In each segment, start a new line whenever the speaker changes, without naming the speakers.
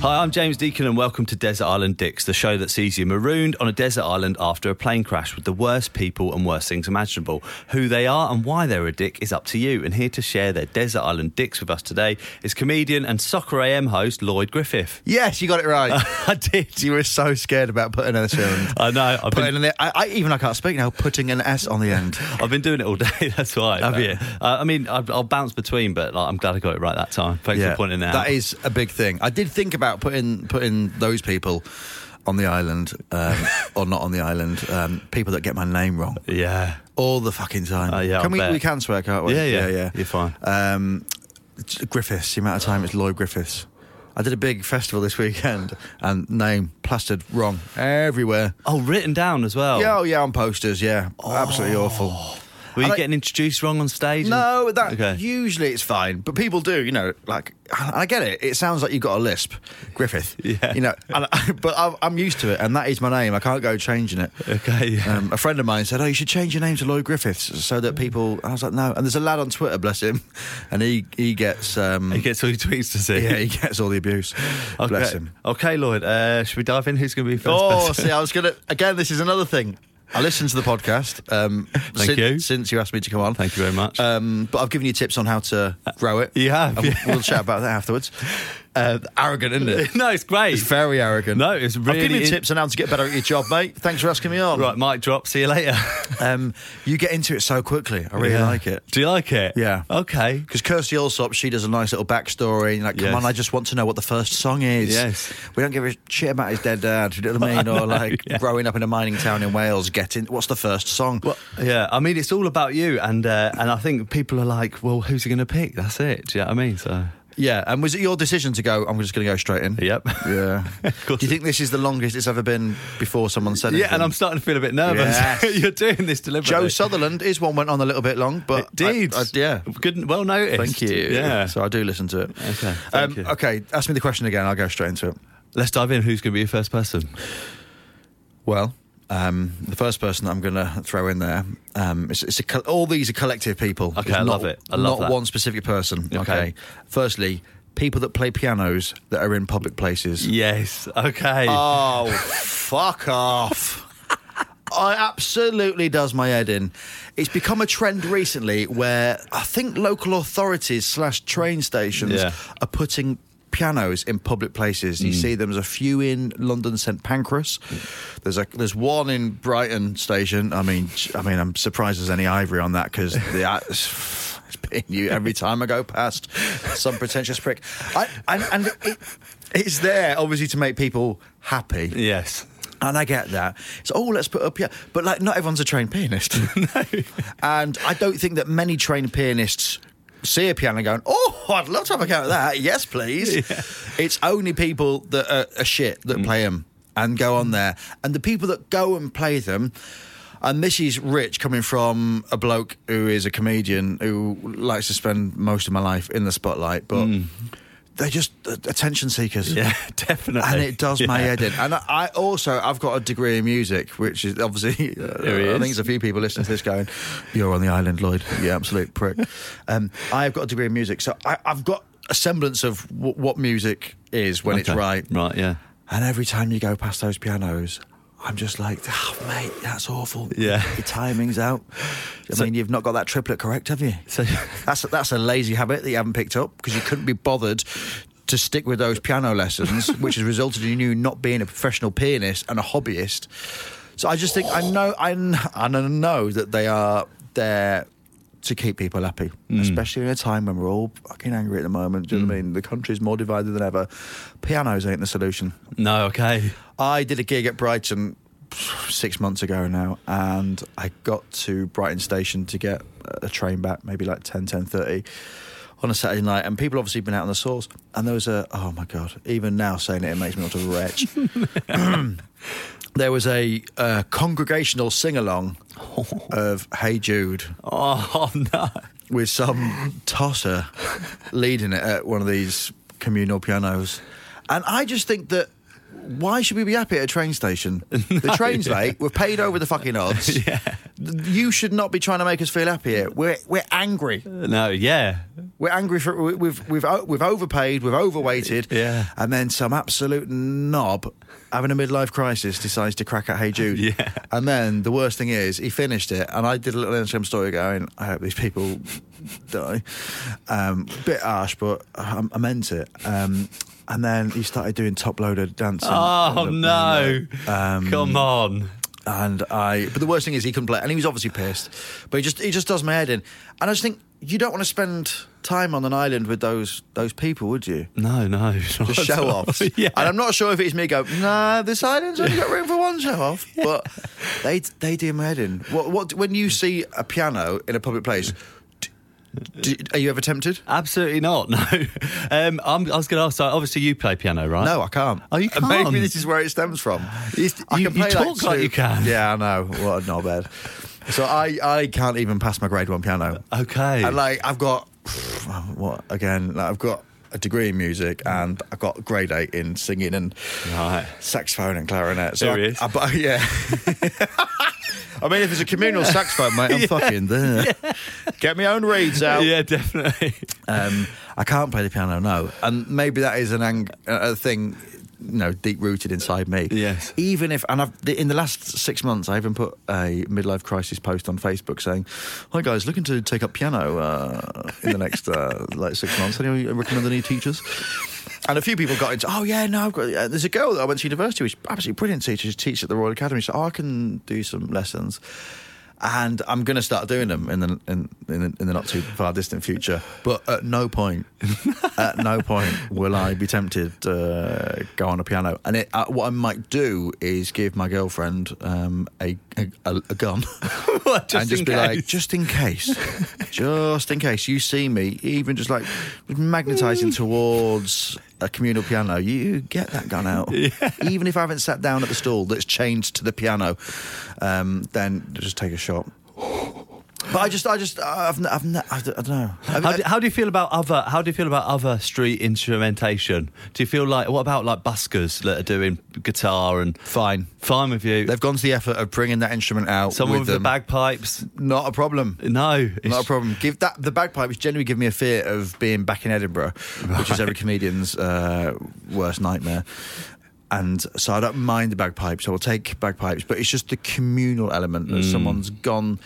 Hi, I'm James Deacon, and welcome to Desert Island Dicks, the show that sees you marooned on a desert island after a plane crash with the worst people and worst things imaginable. Who they are and why they're a dick is up to you, and here to share their Desert Island Dicks with us today is comedian and Soccer AM host Lloyd Griffith.
Yes, you got it right.
I did.
you were so scared about putting an S on. the
I know. I've
Putting
been,
an, I, I, even I can't speak now. Putting an S on the end.
I've been doing it all day. That's why.
Have you?
Uh, I mean, I'll, I'll bounce between, but like, I'm glad I got it right that time. Thanks for pointing that out.
That is a big thing. I did think about putting putting those people on the island um, or not on the island. Um, people that get my name wrong
Yeah.
all the fucking time.
Oh, yeah,
can
I
we
bet.
we can swear, can't we?
Yeah, yeah. You're fine.
Um, Griffiths. The amount of time it's Lloyd Griffiths. I did a big festival this weekend and name plastered wrong everywhere.
Oh, written down as well.
Yeah, oh yeah, on posters. Yeah, absolutely
Oh.
awful.
Were you
I like-
getting introduced wrong on stage?
No, that
Okay.
usually it's fine, but people do, you know. Like, I get it. It sounds like you've got a lisp, Griffith.
Yeah.
You know, and I, but I'm- I'm used to it, and that is my name. I can't go changing it.
Okay, yeah.
Um, a friend of mine said, "Oh, you should change your name to Lloyd Griffiths," so that people.
Mm.
I was like, "No." And there's a lad on Twitter, bless him, and he he gets. Um,
He gets all your tweets to see.
yeah, he gets all the abuse.
Okay.
Bless him.
Okay, Lloyd. Uh, should we dive in? Who's going to be first?
Oh,
person?
see, I was gonna. Again, this is another thing. I listened to the podcast. Um,
Thank
sin-
you.
Since you asked me to come on,
Thank you very much.
Um, but I've given you tips on how to grow it.
you have,
And we'll-
yeah.
We'll chat about that afterwards. Uh, arrogant, isn't it?
no, it's great.
It's very arrogant.
No, it's
I've given
really
you
in-
tips on how to get better at your job, mate. Thanks for asking me on.
right, mic drop. See you later.
Um, you get into it so quickly. I really
Yeah.
like it.
Do you like it?
Yeah.
Okay.
Because Kirsty Allsop, she does a nice little backstory. And like, come
Yes.
on, I just want to know what the first song is.
Yes.
We don't give a shit about his dead dad. You know what I mean? or like growing up in a mining town in Wales, getting what's the first song?
Well, yeah. I mean, it's all about you, and uh, and I think people are like, well, who's he going to pick? That's it. Do you know what I mean? So,
Yeah. And was it your decision to go? I'm just going to go straight in.
yep.
Yeah. Do you think this is the longest it's ever been before someone said it?
Yeah, and I'm starting to feel a bit nervous.
Yes.
You're doing this deliberately.
Joe Sutherland is one went on a little bit long, but I-
Indeed.
I- yeah.
Good. Well noticed.
Thank you.
Yeah.
So I do listen to it.
Okay, thank
Um,
you.
okay. Ask me the question again. I'll go straight into it.
Let's dive in. Who's going to be your first person?
Well, um, the first person I'm going to throw in there, um, it's, it's a, col- all these are collective people.
Okay,
It's
I
not,
love it. I love
not
that.
one specific person. Okay.
Okay.
Firstly, people that play pianos that are in public places.
Yes. Okay.
Oh, fuck off. I absolutely does my head in. It's become a trend recently where I think local authorities slash train stations
Yeah.
are putting pianos in public places. You see them. There's a few in London St Pancras. There's a there's one in Brighton Station. I mean, j- I mean, I'm surprised there's any ivory on that because the. It's been you every time I go past some pretentious prick. I, and and it, it's there obviously to make people happy.
yes.
And I get that. So, oh, let's put up, yeah. But, like, not everyone's a trained pianist. no. And I don't think that many trained pianists see a piano going, oh, I'd love to have a go at that. Yes, please. It's only people that are, are shit that play 'em play them and go on there. And the people that go and play them, and this is rich coming from a bloke who is a comedian who likes to spend most of my life in the spotlight, but they're just uh, attention seekers.
Yeah, definitely.
And it does my
Yeah.
head in. And I, I also, I've got a degree in music, which is obviously, uh, I
There he is.
think there's a few people listening to this going, you're on the island, Lloyd. You absolute prick. um, I've got a degree in music, so I, I've got a semblance of w- what music is when it's
Okay.
right.
Right. Yeah.
And every time you go past those pianos, I'm just like, oh, mate, that's awful.
Yeah.
Your timing's out. I mean, you've not got that triplet correct, have you?
So-
that's, that's a lazy habit that you haven't picked up because you couldn't be bothered to stick with those piano lessons, which has resulted in you not being a professional pianist and a hobbyist. So I just think I know I, kn- and I know that they are there to keep people happy,
Hmm.
especially in a time when we're all fucking angry at the moment. Do you know what I mean? The country's more divided than ever. Pianos ain't the solution.
No, okay.
I did a gig at Brighton six months ago now, and I got to Brighton Station to get a train back, maybe like 10, 10.30 on a Saturday night. And people obviously been out on the source. And there was a, oh my God, even now saying it, it makes me want to retch. there was a uh, congregational sing along of Hey Jude
Oh, no.
with some tosser leading it at one of these communal pianos. And I just think that why should we be happy at a train station? The train's late. We're paid over the fucking odds. You should not be trying to make us feel happy here. We're we're angry.
No, yeah.
We're angry for we- we've we've o- we've overpaid. We've overweighted.
Yeah.
And then some absolute knob having a midlife crisis decides to crack at Hey Jude.
Yeah.
And then the worst thing is he finished it, and I did a little Instagram story going, I hope these people die. Um, bit harsh, but I, I meant it. Um, and then he started doing top loaded dancing.
Oh, no.
Um,
Come on.
and I. But the worst thing is he couldn't play, and he was obviously pissed. But he just he just does my head in, and I just think you don't want to spend time on an island with those those people, would you?
No, no. not
Just
at
show
all.
offs.
yeah.
And I'm not sure if it's me going, nah, this island's only got room for one show off. But they they do my head in. What what when you see a piano in a public place, d d are you ever tempted?
Absolutely not. No. Um, I'm, I was going to ask. So obviously, you play piano, right?
No, I can't.
Oh, you
And Maybe
can't?
this is where it stems from.
It's-
I
you-
can
you
play
talk like you can.
Yeah, I know. What a knobhead. so I, I can't even pass my grade one piano.
Okay.
And like I've got what again? Like I've got a degree in music and I've got grade eight in singing and
Right.
saxophone and clarinet. So I,
Serious?
I, but yeah. I mean, if it's a communal saxophone, mate, I'm fucking there. Get my own reeds out.
Yeah, definitely.
Um, I can't play the piano, no. And maybe that is an ang- a a thing, you know, deep rooted inside me.
Yes.
Even if, and I've, in the last six months, I even put a midlife crisis post on Facebook saying, "Hi guys, looking to take up piano uh, in the next uh, like six months. Anyone recommend any teachers?" And a few people got into, oh yeah, no, I've got. Uh, there's a girl that I went to university with, she's absolutely brilliant teacher. She teaches at the Royal Academy, so I can do some lessons and I'm going to start doing them in the in, in, the- in the not too far distant future. But at no point, at no point will I be tempted to uh, go on a piano. And it, uh, what I might do is give my girlfriend um, a, a a gun
What,
and just
in
be like,
case?
just in case, just in case you see me, even just like magnetizing towards a communal piano, you get that gun out. Even if I haven't sat down at the stall that's changed to the piano, um, then just take a shot. But I just, I just, I've, n- I've, n- I don't know. I
How
mean,
do, how do you feel about other? How do you feel about other street instrumentation? Do you feel like what about like buskers that are doing guitar and
fine.
fine with you?
They've gone to the effort of bringing that instrument out.
Someone
with
with, the
them.
bagpipes?
not a problem.
No, it's,
Not a problem. Give that the bagpipe which genuinely give me a fear of being back in Edinburgh, which is every comedian's uh, worst nightmare. And so I don't mind the bagpipes. I will take bagpipes, but it's just the communal element
Mm.
that someone's gone.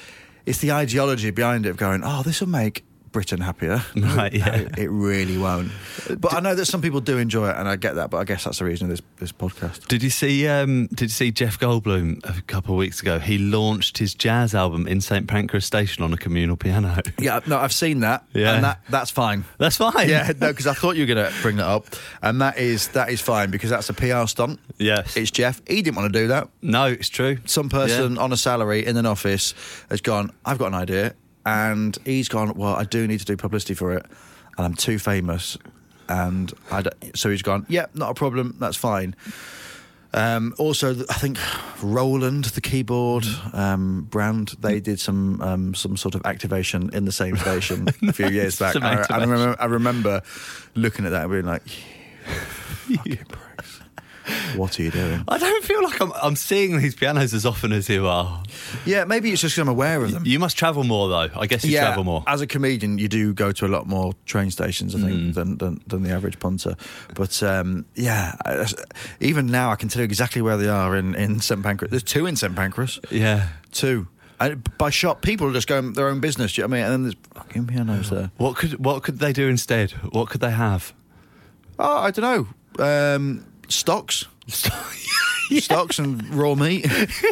It's the ideology behind it of going, oh, this will make Britain happier.
Right, yeah.
No, it really won't. But I know that some people do enjoy it, and I get that. But I guess that's the reason of this this podcast.
Did you see? Um, did you see Jeff Goldblum a couple of weeks ago? He launched his jazz album in St Pancras Station on a communal piano.
Yeah, no, I've seen that,
Yeah.
and that that's fine.
That's fine.
Yeah, no, because I thought you were going to bring that up, and that is that is fine because that's a PR stunt.
Yes.
it's Jeff. He didn't want to do that.
No, it's true.
Some person on a salary in an office has gone. I've got an idea, and he's gone. Well, I do need to do publicity for it, and I'm too famous, and I don't- so he's gone. Yeah, not a problem. That's fine. Um, also, th- I think Roland, the keyboard um, brand, they
Mm.
did some um, some sort of activation in the same station a few years back.
Some
And I, and I
activation.
remember, I remember looking at that and being like, "You fucking pricks." What are you doing?
I don't feel like I'm, I'm seeing these pianos as often as you are.
Yeah, maybe it's just 'cause I'm aware
Um,
of them.
You must travel more, though. I guess you
yeah,
travel more.
As a comedian, you do go to a lot more train stations, I think,
Mm.
than, than than the average punter. But um, yeah, I- even now I can tell you exactly where they are in in St Pancras. There's two in St Pancras.
yeah.
Two. And by shop, people are just going their own business. Do you know what I mean? And then there's fucking pianos there.
What could what could they do instead? What could they have?
Oh, I don't know. Um, stocks. Stocks and raw meat.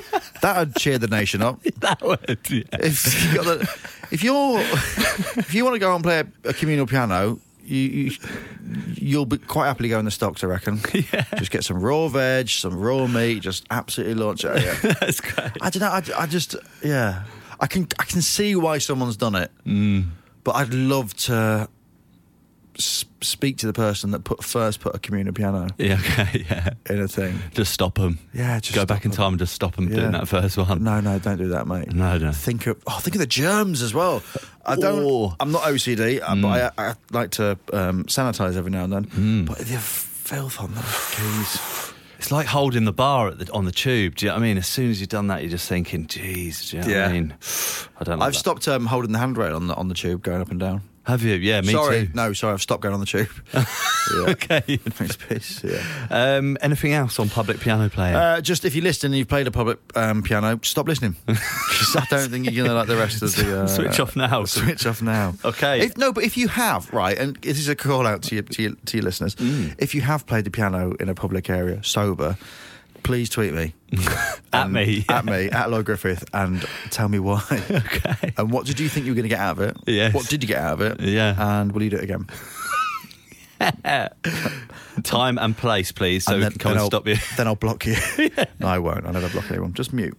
That'd cheer the nation up.
That would. Yeah.
If you got the, if you're if you want to go and play a, a communal piano, you, you you'll be quite happily go in the stocks, I reckon. Yeah. Just get some raw veg, some raw meat, just absolutely launch it. at you.
That's great.
I don't know. I, I just yeah. I can I can see why someone's done it, but I'd love to s- speak to the person that put first put a communal piano
Yeah. Okay. Yeah.
in a thing.
Just stop them.
Yeah, just
go
stop
back in
'em.
time and just stop them
Yeah.
doing that first one.
No, no, don't do that, mate.
No, no.
Think of oh, think of the germs as well. I don't.
Oh. Hmm.
I'm not OCD, uh but I, I like to um, sanitize every now and then. But the filth on those keys.
It's like holding the bar at the, on the tube. Do you know what I mean? As soon as you've done that, you're just thinking, "Jeez, do you know what I
Yeah.
mean?" I don't. Like
I've
that.
stopped um, holding the handrail on the on the tube going up and down.
Have you? Yeah, me
sorry,
too.
no, sorry, I've stopped going on the tube. yeah.
Okay.
Thanks, peace. Yeah.
Um, anything else on public piano playing?
Uh, just if you listen and you've played a public um, piano, stop listening. 'Cause I don't think you're gonna like the rest of the uh,
Switch off now.
Switch off now.
Okay.
If, no, but if you have right, and this is a call out to your to your, to your listeners,
Mm.
if you have played the piano in a public area sober, please tweet me
at
And-
me.
at me at Lloyd Griffith and tell me why. Okay. And what did you think you were going to get out of it?
Yes.
What did you get out of it?
Yeah.
And will you do it again?
Time and place, please, so
and
we can come and
I'll,
stop you.
Then I'll block you. No, I won't. I never block anyone. Just mute.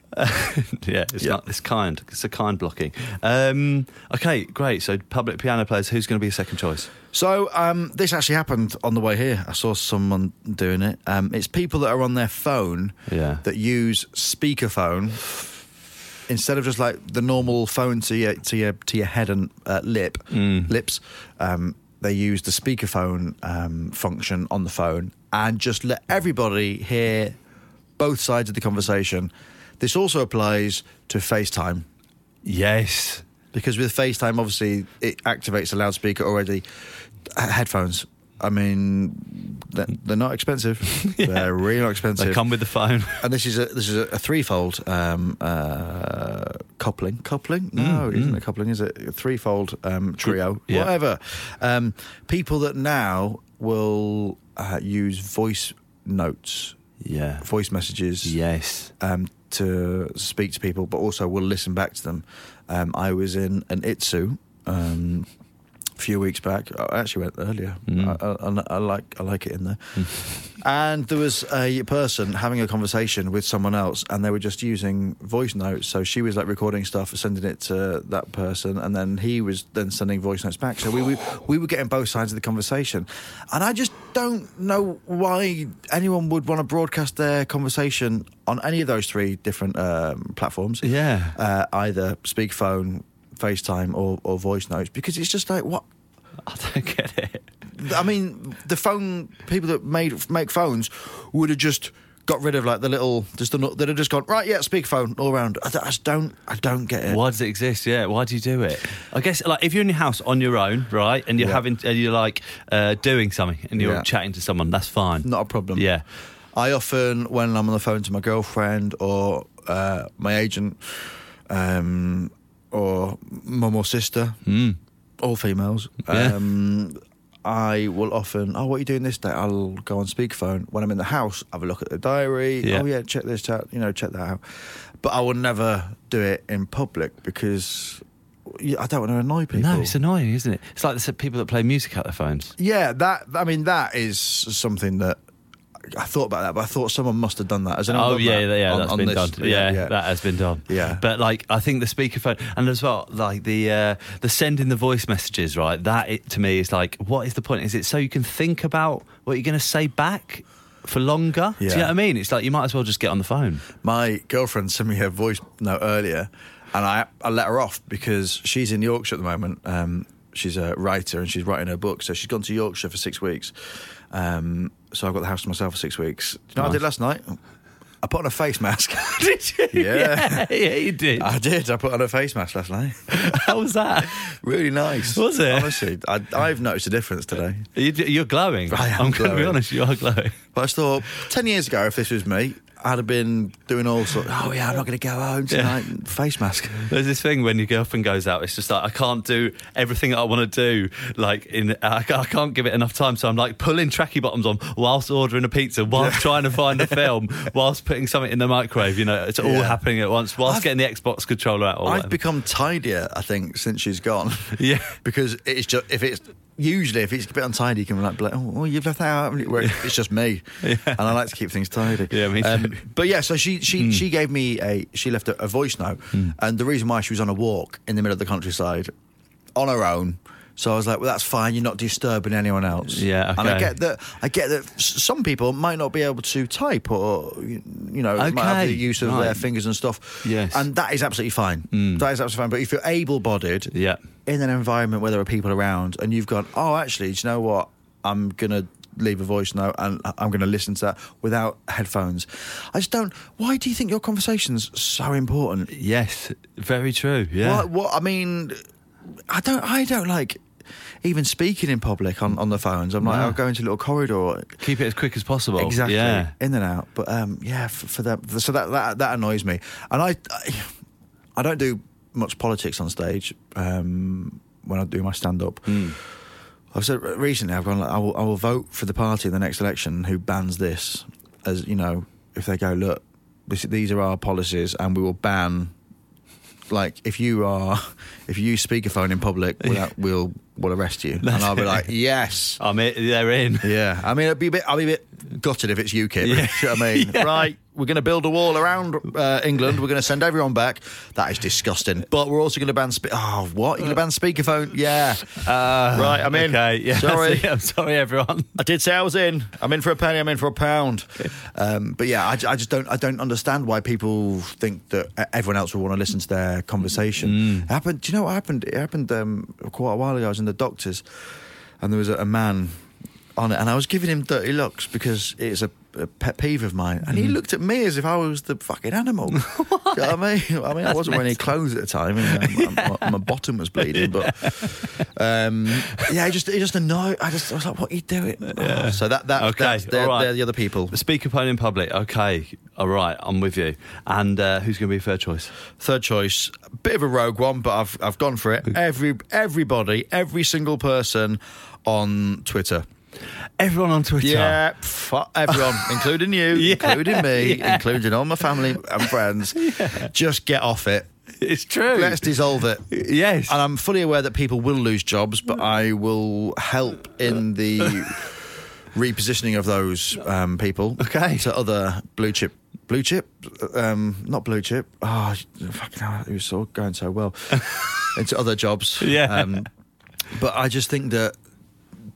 yeah, it's
Yeah.
not. It's kind. It's a kind blocking. Um, okay, great. So public piano players. Who's going to be a second choice?
So um, this actually happened on the way here. I saw someone doing it. Um, it's people that are on their phone
Yeah.
that use speakerphone instead of just like the normal phone to your to your to your head and uh, lip lips. Um, they use the speakerphone um, function on the phone and just let everybody hear both sides of the conversation. This also applies to FaceTime
Yes.
because with FaceTime, obviously, it activates the loudspeaker already. H- headphones. I mean, they're, they're not expensive. They're really not expensive.
They come with the phone.
and this is a this is a, a threefold um, uh, coupling. Coupling? No, it isn't a coupling. Is it a threefold um, trio?
Mm, yeah.
Whatever. Um, people that now will uh, use voice notes,
yeah.
voice messages
Yes.
um, to speak to people, but also will listen back to them. Um, I was in an Itsu um, a few weeks back. I actually went earlier. I, I, I like I like it in there. and there was a person having a conversation with someone else, and they were just using voice notes. So she was like recording stuff, sending it to that person, and then he was then sending voice notes back. So we we, we were getting both sides of the conversation, and I just don't know why anyone would want to broadcast their conversation on any of those three different um, platforms.
Yeah.
uh, either speakerphone, FaceTime, or, or voice notes, because it's just like what
I don't get it.
I mean, the phone people that made make phones would have just got rid of like the little just the that have just gone right. Yeah, speakerphone all around. I, don't- I just don't. I don't get it.
Why does it exist? Yeah, why do you do it? I guess like if you're in your house on your own, right, and you're
Yeah.
having and you're like uh, doing something and you're
Yeah.
chatting to someone, that's fine.
Not a problem.
Yeah.
I often when I'm on the phone to my girlfriend or uh, my agent, um, or mum or sister, all females.
Hmm. Yeah.
Um, I will often, oh, what are you doing this day? I'll go on speakerphone when I'm in the house, have a look at the diary.
Yeah.
Oh, yeah, check this out, you know, check that out. But I will never do it in public because yeah, I don't want to annoy people.
No, it's annoying, isn't it? It's like the s- people that play music out their phones.
yeah, that, I mean, that is something that I thought about that, but I thought someone must have done that. Has anyone
Oh
done
yeah,
that
yeah,
on-
that's
on
been
this?
done. Yeah,
yeah.
that has been done.
Yeah.
but like I think the speakerphone and as well like the uh, the sending the voice messages right. That it, to me is like, what is the point? Is it so you can think about what you're going to say back for longer? Do you
Yeah.
know what I mean? It's like you might as well just get on the phone.
My girlfriend sent me her voice note earlier, and I, I let her off because she's in Yorkshire at the moment. Um, she's a writer and she's writing her book, so she's gone to Yorkshire for six weeks. Um, so I've got the house to myself for six weeks. Do you know what I
Nice.
did last night? I put on a face mask.
Did you?
Yeah.
yeah, you did.
I did. I put on a face mask last night.
How was that?
Really nice.
Was it?
Honestly, I, I've noticed a difference today.
You, you're glowing.
I am
I'm going to be
glowing.
honest, you are glowing.
But I just thought, 10 years ago, if this was me, I'd have been doing all sorts. Oh, yeah, I'm not going to go home tonight. Face mask.
There's this thing when your girlfriend goes out, it's just like I can't do everything I want to do. Like in, I, ca- I can't give it enough time, so I'm like pulling tracky bottoms on whilst ordering a pizza, whilst trying to find a film, whilst putting something in the microwave. You know, it's all
Yeah.
happening at once. Whilst
I've-
getting the Xbox controller out. Or
I've
whatever.
become tidier, I think, since she's gone.
Yeah.
because it's just, if it's, usually if it's a bit untidy, you can be like, oh, oh, you've left that out, haven't you? Where it's just me. And I like to keep things tidy. Um,
Yeah, me too. Hmm.
but yeah, so she, she, she gave me a, she left a, a voice note. And the reason why she was on a walk in the middle of the countryside on her own. So I was like, well, that's fine. You're not disturbing anyone else.
Yeah,
And I
okay.
get that. I get that s- some people might not be able to type, or you you know, might have
Okay,
the use of their
right.
fingers and stuff.
Yes.
And that is absolutely fine. That is absolutely fine. But if you're able bodied
Mm. Yeah.
in an environment where there are people around and you've gone, oh, actually, do you know what? I'm going to leave a voice note and I- I'm going to listen to that without headphones. I just don't. Why do you think your conversation's so important?
yes, very true. Yeah.
What, what, I mean, I don't, I don't like even speaking in public on, on the phones. I'm like,
No.
I'll go into a little corridor.
Keep it as quick as possible.
Exactly.
Yeah.
In and out. But um, yeah, for, for that. So that, that that annoys me. And I, I, I don't do much politics on stage um, when I do my stand up.
Hmm.
I've said recently, I've gone. Like, I will, I will vote for the party in the next election who bans this. As you know, if they go, look, this, these are our policies, and we will ban. Like if you are, if you use speakerphone in public, we'll, we'll we'll arrest you. And I'll be like, yes,
I'm in, they're in.
yeah, I mean, it'd be a bit, I'd be a bit gutted if it's UKIP. You know what I mean? Right, we're going to build a wall around uh, England. We're going to send everyone back. That is disgusting. But we're also going to ban. Spe- oh, what? You're going to ban speakerphone? Yeah. Uh, right, I'm in.
Okay. Yeah.
Sorry.
I'm sorry, everyone.
I did say I was in. I'm in for a penny. I'm in for a pound. Um, but yeah, I, j- I just don't. I don't understand why people think that uh, everyone else will want to listen to their conversation. It happened. Do you know what happened? It happened um, quite a while ago. I was in the doctor's, and there was a, a man on it, and I was giving him dirty looks because it's a, a pet peeve of mine, and he looked at me as if I was the fucking animal. Do you know what I mean? I mean, I wasn't wearing any clothes at the time, and um, my, my bottom was bleeding, but um, yeah, it just it just annoyed. I just I was like, what are you doing? Oh, so that that
Okay,
that's, they're,
all right.
they're the other people.
Speakerphone in public. Okay. All right. I'm with you. And uh, who's going to be third choice?
Third choice, bit of a rogue one, but I've I've gone for it. Every everybody, every single person on Twitter.
Everyone on Twitter.
Yeah, fu- everyone, including you, including me, including all my family and friends. Just get off it.
It's true.
Let's dissolve it.
Yes.
And I'm fully aware that people will lose jobs, but I will help in the repositioning of those um, people
Okay.
to other blue chip. Blue chip, um, not blue chip. Oh, fucking hell, it was all going so well. Into other jobs.
Yeah.
Um, but I just think that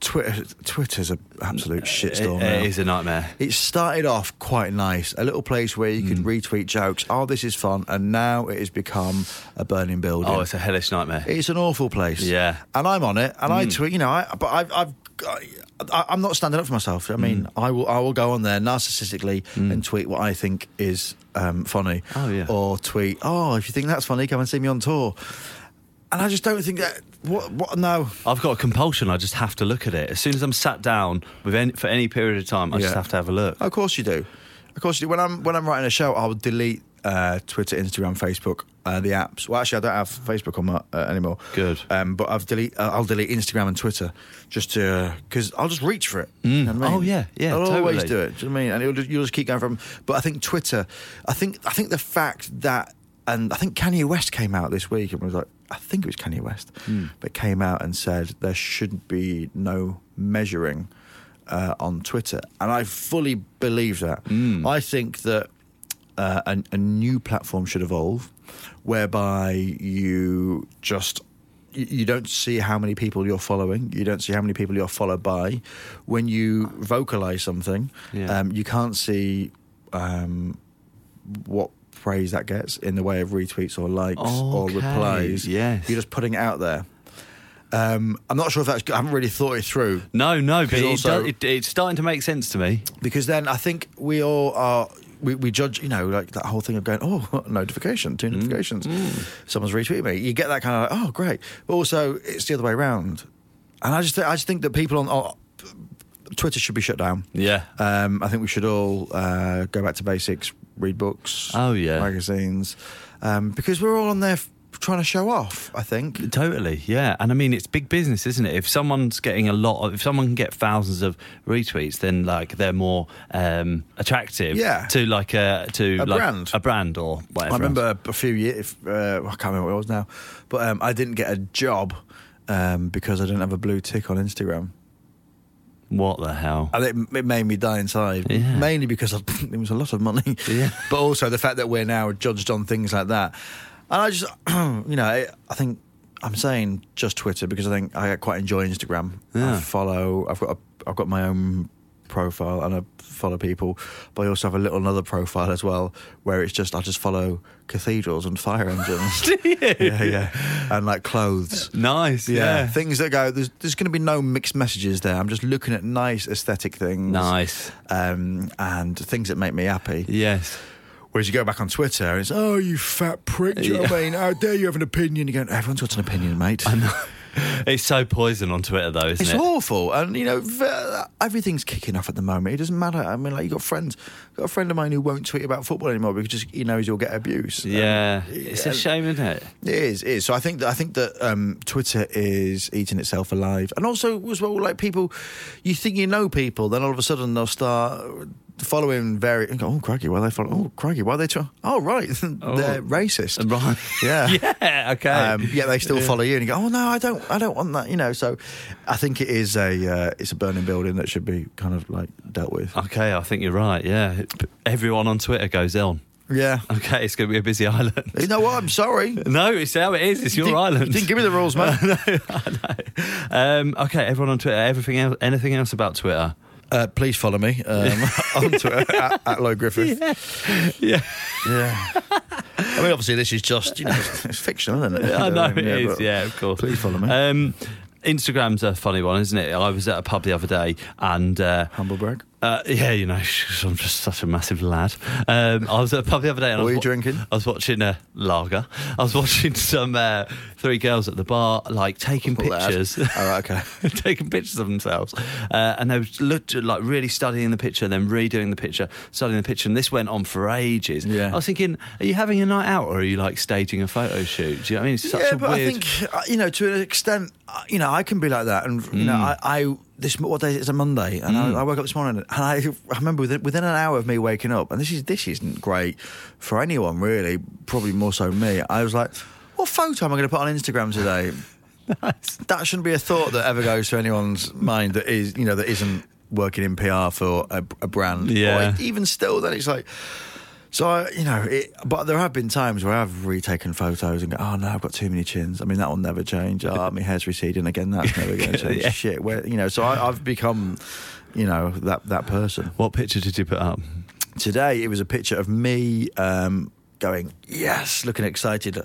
Twitter, Twitter's an absolute shitstorm.
It-
now.
it is a nightmare.
It started off quite nice, a little place where you could
Hmm.
retweet jokes. Oh, this is fun, and now it has become a burning building.
Oh, it's a hellish nightmare.
It's an awful place.
Yeah. Hmm.
and I'm on it, and I tweet. You know, I, but I've, I've, I, I'm not standing up for myself. I mean,
Hmm.
I will, I will go on there narcissistically and tweet what I think is um, funny.
Oh, yeah.
Or tweet, oh, if you think that's funny, come and see me on tour. And I just don't think that. What? What? No.
I've got a compulsion. I just have to look at it. As soon as I'm sat down with any, for any period of time, I just
Yeah. Uh,
have to have a look.
Of course you do. Of course you do. When I'm when I'm writing a show, I'll delete uh, Twitter, Instagram, Facebook, uh, the apps. Well, actually, I don't have Facebook on my, uh, anymore.
Good.
Um, but I've delete. Uh, I'll delete Instagram and Twitter just to because I'll just reach for it. You know what I
Oh,
mean?
yeah, yeah,
I'll always
totally.
do it. Do you know what I mean? And it'll just, you'll just keep going from. But I think Twitter. I think I think the fact that. And I think Kanye West came out this week and was like, I think it was Kanye West, but came out and said there should be no measuring uh, on Twitter, and I fully believe that. I think that uh, a, a new platform should evolve, whereby you just you, you don't see how many people you're following, you don't see how many people you're followed by. When you vocalize something,
Yeah.
um, you can't see um, what praise that gets in the way of retweets or likes or
Okay,
replies.
yes.
you're just putting it out there. Um, I'm not sure if that's. good. I haven't really thought it through.
No, no, but
'Cause
it
also-
does- it- it's starting to make sense to me.
because then I think we all are. We, we judge, you know, like that whole thing of going, oh, notification,
Mm.
two notifications. Someone's retweeted me. You get that kind of like, oh, great. But also, it's the other way around. And I just, th- I just think that people on, on Twitter should be shut down.
Yeah.
Um, I think we should all uh, go back to basics, read books.
Oh, yeah.
magazines, um, because we're all on there f- trying to show off. I think.
Totally, yeah. And I mean, it's big business, isn't it? If someone's getting a lot of, if someone can get thousands of retweets, then like they're more um, attractive
Yeah.
to like a to
A
like
brand.
a brand or whatever.
I
else.
remember a few years. Uh, I can't remember what it was now, but um, I didn't get a job um, because I didn't have a blue tick on Instagram,
what the hell.
and it, it made me die inside.
Yeah.
Mainly because of, it was a lot of money,
Yeah.
but also the fact that we're now judged on things like that. And I just, you know, I, I think I'm saying just Twitter because I think I quite enjoy Instagram.
Yeah.
I follow. I've got a, I've got my own profile and I follow people, but I also have a little another profile as well where it's just I just follow cathedrals and fire engines. yeah, yeah, and like clothes.
Nice,
Yeah.
yeah.
things that go. There's, there's going to be no mixed messages there. I'm just looking at nice aesthetic things,
Nice.
um, and things that make me happy.
Yes.
Whereas you go back on Twitter, and it's oh you fat prick. Do you know what I mean? How dare you have an opinion? You go, everyone's got an opinion, mate.
It's so poison on Twitter, though, isn't
It's
it?
awful, and you know v- everything's kicking off at the moment. It doesn't matter. I mean, like you got friends, got a friend of mine who won't tweet about football anymore because just he knows he'll get abuse. Um,
yeah. It's a shame, isn't it?
It is, it is. So I think that I think that um, Twitter is eating itself alive, and also as well, like people, you think you know people, then all of a sudden they'll start following very. And go, oh craggy, why they follow? Oh craggy, why they? Try? Oh right, they're racist.
Right.
Yeah.
yeah, okay.
Um, yet they still follow you, and you go, "Oh no, I don't, I don't want that," you know. So, I think it is a uh, it's a burning building that should be kind of like dealt with.
okay, I think you're right, yeah. Everyone on Twitter goes on.
Yeah,
Okay, it's going to be a busy island.
you know what? I'm sorry.
No, uh, it's how it is. It's your
Didn't-
island.
didn't give me the rules, man.
Um, okay, everyone on Twitter. Everything else, anything else about Twitter?
Uh, please follow me um, on Twitter at, at Low Griffith. Yeah.
Yeah,
I mean, obviously, this is just you know, it's fictional, isn't it?
I
You
know it
what I mean?
is.
but-
Yeah, of course.
Please follow me.
Um, Instagram's a funny one, isn't it? I was at a pub the other day, and uh,
Humble brag.
uh, yeah, you know, I'm just such a massive lad. Um, I was at a pub the other day. And
What
I was
were you drinking?
I was watching a lager. I was watching some uh, three girls at the bar, like taking
Lad.
pictures.
All right, okay.
taking pictures of themselves, uh, and they was- looked at, like really studying the picture, then redoing the picture, studying the picture, and this went on for ages.
Yeah.
I was thinking, are you having a night out, or are you like staging a photo shoot? Do you know what I mean? It's such
yeah,
a
but
weird.
I think uh, you know to an extent, uh, you know, I can be like that, and you
Hmm.
know, I, I this what day is it? It's a Monday, and I, I woke up this morning, and I, I remember within, within an hour of me waking up, and this is this isn't great for anyone really, probably more so me. I was like, what photo am I going to put on Instagram today? That shouldn't be a thought that ever goes to anyone's mind that is you know that isn't working in PR for a, a brand.
Yeah.
Or even still, then it's like. So I, you know, it, but there have been times where I've retaken photos and go, "Oh no, I've got too many chins." I mean, that will never change. Oh, my hair's receding again. That's never going to change.
Yeah.
Shit, where you know. So I, I've become, you know, that that person.
What picture did you put up?
Today it was a picture of me um, going, "Yes," looking excited,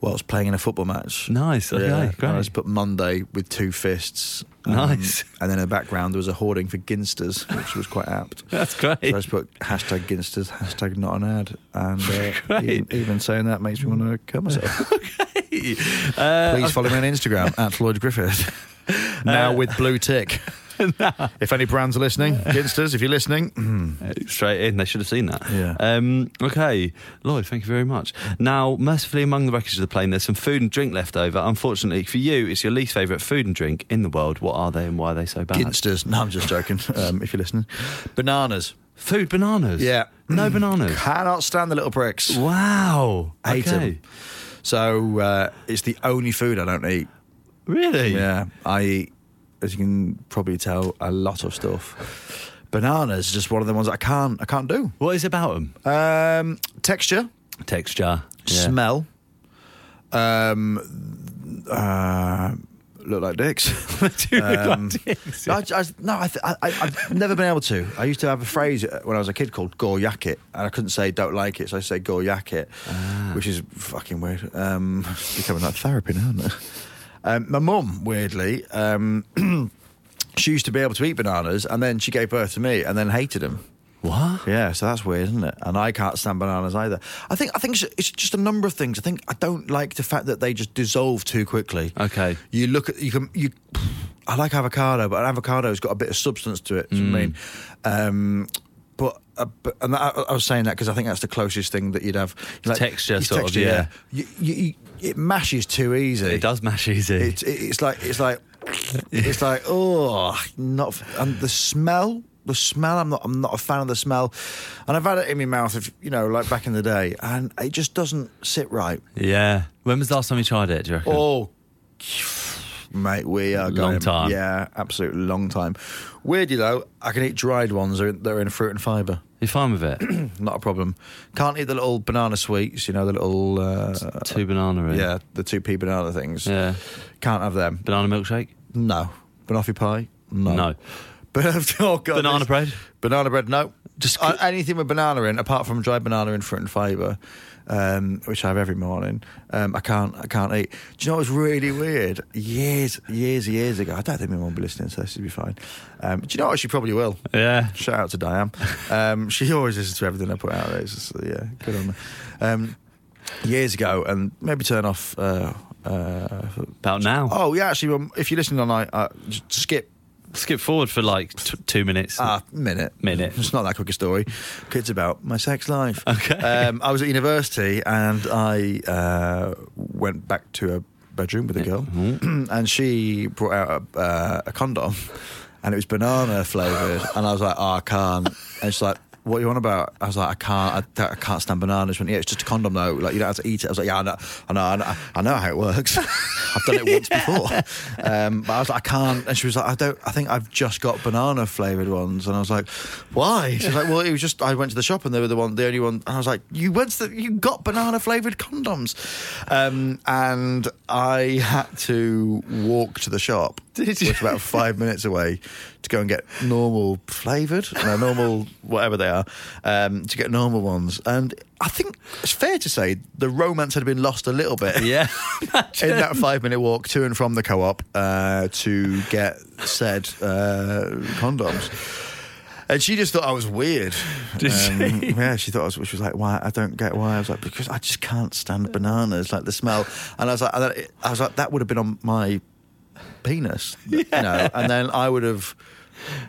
whilst playing in a football match.
Nice, okay, great.
And I just put Monday with two fists. um,
Nice.
And then in the background there was a hoarding for Ginsters, which was quite apt.
That's great.
So I just put hashtag Ginsters, hashtag not an ad. And uh,
Great.
even, even saying that makes me want to kill myself.
Uh,
Please follow me on Instagram at Lloyd Griffith. now with blue tick. If any brands are listening, Ginsters, if you're listening,
straight in. They should have seen that.
Yeah.
Um, okay, Lloyd, thank you very much. Now, mercifully, among the wreckage of the plane, there's some food and drink left over. Unfortunately for you, it's your least favourite food and drink in the world. What are they and why are they so bad?
Ginsters. No, I'm just joking. Um, if you're listening, bananas.
Food bananas.
Yeah.
No bananas.
Cannot stand the little pricks.
Wow.
Hate 'em.
Okay.
So uh, it's the only food I don't eat.
Really?
Yeah, I eat, as you can probably tell, a lot of stuff. Bananas is just one of the ones I can't I can't do.
What is about them?
Um, texture,
Texture.
smell, um, uh, look like dicks. Um, I, I, no, I, th- I, I- I've never been able to. I used to have a phrase uh, when I was a kid called "gore yak it," and I couldn't say "don't like it," so I say Ah. "gore yak it," which is fucking weird. Um, it's becoming like therapy now, isn't it? Um, my mum, weirdly, um, she used to be able to eat bananas, and then she gave birth to me, and then hated them.
What?
Yeah, so that's weird, isn't it? And I can't stand bananas either. I think I think it's- it's just a number of things. I think I don't like the fact that they just dissolve too quickly.
Okay.
You look at you can you. I like avocado, but an avocado's got a bit of substance to it. do you know what
Mm.
I mean? Um, but, uh, but and I, I was saying that because I think that's the closest thing that you'd have
Texture, sort of,
You, you, you, it mashes too easy.
It does mash easy.
It's it, it's like it's like it's like oh not f- and the smell the smell I'm not I'm not a fan of the smell and I've had it in my mouth if you know like back in the day and it just doesn't sit right
yeah. When was the last time you tried it? Do you reckon?
oh mate we are
Long
going
time.
yeah absolutely long time weirdly though I can eat dried ones that are in, that are in fruit and fibre
You're fine with it.
not a problem can't eat the little banana sweets you know the little uh,
Two banana. In.
yeah the two pea banana things
Yeah.
can't have them
Banana milkshake.
No. Banoffee pie? No.
No.
But, oh God,
Banana
this-
bread?
Banana bread, no.
Just-
Just anything with banana in, apart from dried banana in fruit and fibre, um, which I have every morning. Um, I can't, I can't eat. Do you know what's really weird? Years, years, years ago. I don't think my mum will be listening, so this will be fine. Um, do you know what? She probably will.
Yeah.
Shout out to Diane. Um, she always listens to everything I put out. It's just, yeah, good on her. Um, years ago, and maybe turn off uh, uh,
About now.
Oh yeah, actually, um, if you're listening on, I uh, just skip
Skip forward for like t- two minutes.
a minute.
Ah. Minute.
It's not that quick a story. It's about my sex life.
Okay.
Um, I was at university and I uh, went back to a bedroom with a girl,
Mm-hmm.
and she brought out a, uh, a condom, and it was banana flavored, and I was like, oh, I can't. And she's like. What are you on about? I was like, I can't, I, don't- I can't stand bananas. She went, yeah, it's just a condom though. Like you don't have to eat it. I was like, yeah, I know, I know, I know, I know how it works. I've done it once before. Um, but I was like, I can't. And she was like, I don't. I think I've just got banana flavored ones. And I was like, why? She was like, well, it was just I went to the shop and they were the one, the only one. And I was like, you went to the, you got banana flavored condoms, um, and I had to walk to the shop, which was about five minutes away, to go and get normal flavored, no, normal whatever they are, um, to get normal ones. And I think it's fair to say the romance had been lost a little bit
yeah.
in that five minute walk to and from the co op uh, to get said uh, condoms. And she just thought I was weird. Um,
Did she?
Yeah, she thought I was. She was like, "Why? I don't get why." I was like, "Because I just can't stand bananas, like the smell." And I was like, and then it- "I was like, that would have been on my penis, you know." And then I would have,